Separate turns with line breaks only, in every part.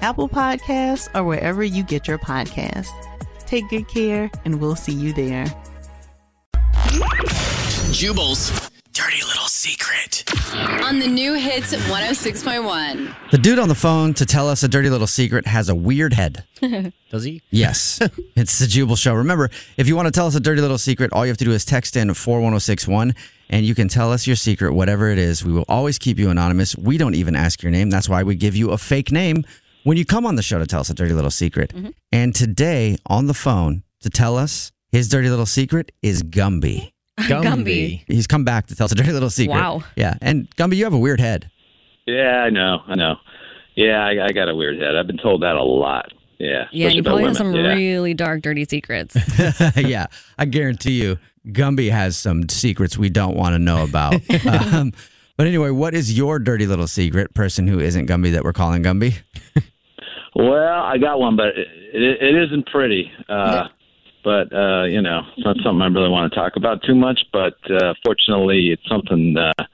Apple Podcasts, or wherever you get your podcasts. Take good care, and we'll see you there.
Jubal's dirty little secret.
on the new hits 106.1.
The dude on the phone to tell us a dirty little secret has a weird head.
Does he?
Yes, it's the Jubal Show. Remember, if you want to tell us a dirty little secret, all you have to do is text in 41061 and you can tell us your secret, whatever it is. We will always keep you anonymous. We don't even ask your name. That's why we give you a fake name when you come on the show to tell us a dirty little secret. And today on the phone to tell us his dirty little secret is Gumby.
Gumby.
He's come back to tell us a dirty little secret.
Wow.
Yeah. And Gumby, you have a weird head.
Yeah, I know. I know. Yeah, I, I got a weird head. I've been told that a lot. Yeah.
Yeah,
especially
you
by
probably have some
women. yeah.
really dark, dirty secrets.
yeah, I guarantee you, Gumby has some secrets we don't want to know about. um, but anyway, what is your dirty little secret, person who isn't Gumby that we're calling Gumby?
Well, I got one, but it, it, it isn't pretty. Uh, but uh, you know, it's not something I really want to talk about too much. But uh, fortunately, it's something. Uh,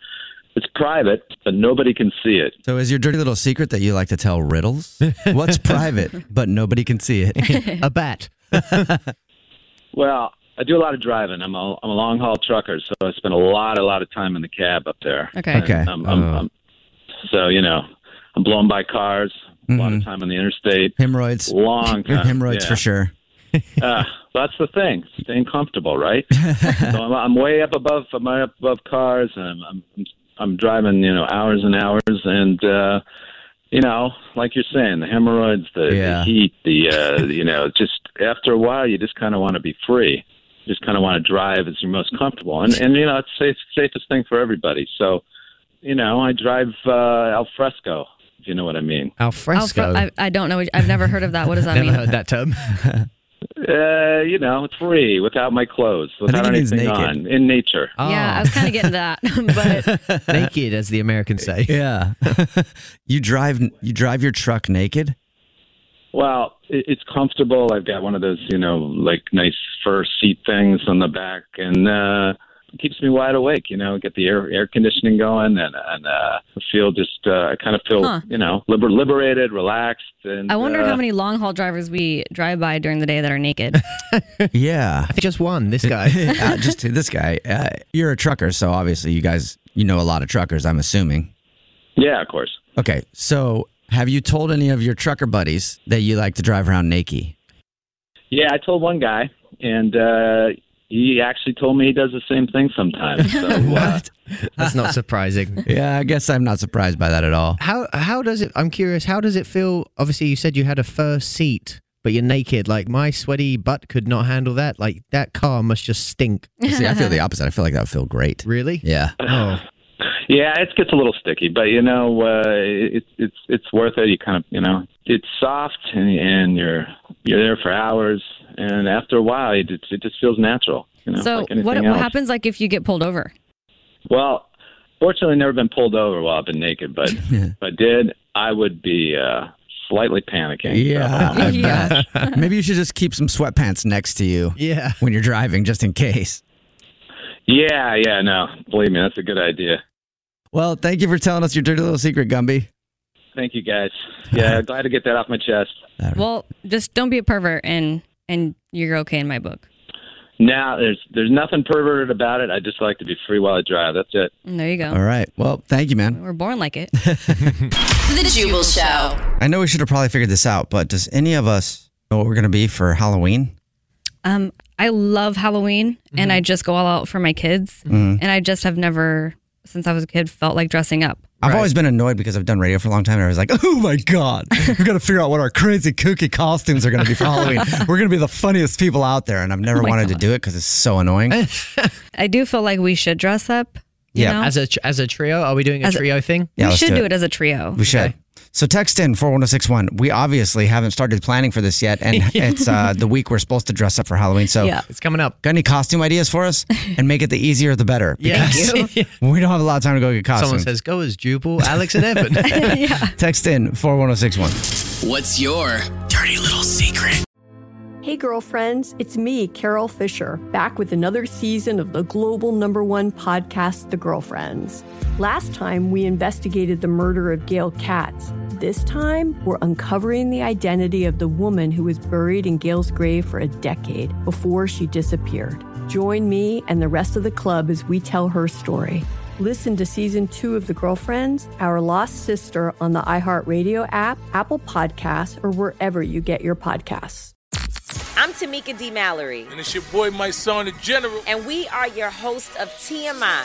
it's private, but nobody can see it.
So, is your dirty little secret that you like to tell riddles? What's private, but nobody can see it?
a bat.
Well, I do a lot of driving. I'm a, I'm a long haul trucker, so I spend a lot, a lot of time in the cab up there.
Okay.
Okay.
Um, I'm,
Oh.
I'm, so you know, I'm blown by cars. A lot
Mhm.
of time on the interstate.
Hemorrhoids.
Long time.
Hemorrhoids
yeah.
for sure.
Uh, that's the thing. Staying comfortable, right? so I'm, I'm way up above. I'm way up above cars, and I'm, I'm I'm driving, you know, hours and hours, and uh, you know, like you're saying, the hemorrhoids, the,
Yeah.
the heat, the uh, you know, just after a while, you just kind of want to be free. You just kind of want to drive as you're most comfortable, and and you know, it's safe, safest thing for everybody. So, you know, I drive uh, al fresco. If you know what I mean.
Al
Alfre-
fresco.
I, I don't know. I've never heard of that. What does that
Never
mean?
heard that term.
Uh, you know, it's free without my clothes,
think
without
it means
anything
naked.
on, in nature.
Yeah,
Oh.
I was kind of getting that, but
naked, as the Americans say.
Yeah. you drive. You drive your truck naked.
Well, it, it's comfortable. I've got one of those, you know, like nice fur seat things on the back, and uh, it keeps me wide awake. You know, get the air air conditioning going, and and uh, I feel just uh, I kind of feel,
Huh.
you know, liber- liberated, relaxed, and
I wonder
uh,
how many long haul drivers we drive by during the day that are naked.
Yeah.
I think just one, this guy.
Uh, just this guy. Uh, you're a trucker, so obviously you guys you know a lot of truckers. I'm assuming.
Yeah, of course.
Okay, so have you told any of your trucker buddies that you like to drive around naked?
Yeah, I told one guy, and uh, he actually told me he does the same thing sometimes. So, uh,
That's not surprising.
Yeah, I guess I'm not surprised by that at all.
How how does it? I'm curious. How does it feel? Obviously, you said you had a fur seat, but you're naked. Like my sweaty butt could not handle that. Like that car must just stink.
See, I feel the opposite. I feel like that would feel great.
Really?
Yeah.
Oh,
yeah, it gets a little sticky, but you know, uh, it, it's it's worth it. You kind of, you know, it's soft, and, and you're you're there for hours, and after a while, it just, it just feels natural. You know,
so
like anything
what what
else.
happens like if you get pulled over?
Well, fortunately, I've never been pulled over while I've been naked, but if I did, I would be uh, slightly panicking.
Yeah,
So-
I bet. Maybe you should just keep some sweatpants next to you.
Yeah.
When you're driving, just in case.
Yeah, yeah, no. Believe me, that's a good idea.
Well, thank you for telling us your dirty little secret, Gumby.
Thank you guys. Yeah, glad to get that off my chest.
Well, just don't be a pervert and and you're okay in my book.
Now there's there's nothing perverted about it. I just like to be free while I drive. That's it.
And there you go.
All right. Well, thank you, man.
We're born like it.
The Jubal Show.
I know we should have probably figured this out, but does any of us know what we're going to be for Halloween?
Um, I love Halloween
Mm-hmm.
and I just go all out for my kids.
Mhm.
And I just have never, since I was a kid, felt like dressing up.
I've always been annoyed because I've done radio for a long time, and I was like, "Oh my god, we've got to figure out what our crazy kooky costumes are going to be for Halloween. We're going to be the funniest people out there." And I've never
Oh my Eh,
wanted to do it because it's so annoying.
I do feel like we should dress up. You
Yeah.
know?
As a tr- as a trio, are we doing a
As a-
trio thing?
Yeah,
we
let's
should
do
do it.
it.
as a trio.
We should. So text in 41061. We obviously haven't started planning for this yet, and it's uh, the week we're supposed to dress up for Halloween. So
Yeah.
It's coming up.
Got any costume ideas for us? And make it the easier the better.
Yes.
because we don't have a lot of time to go get
Someone
costumes.
says, "Go as Jubal, Alex, and Evan."
Text in 41061.
What's your dirty little secret?
Hey, girlfriends, it's me, Carol Fisher, back with another season of the global number one podcast, The Girlfriends. Last time, we investigated the murder of Gail Katz. This time, we're uncovering the identity of the woman who was buried in Gail's grave for a decade before she disappeared. Join me and the rest of the club as we tell her story. Listen to season two of The Girlfriends, Our Lost Sister on the iHeartRadio app, Apple Podcasts, or wherever you get your podcasts.
I'm Tamika D. Mallory. And
it's your boy, my son, the general.
And we are your hosts of TMI.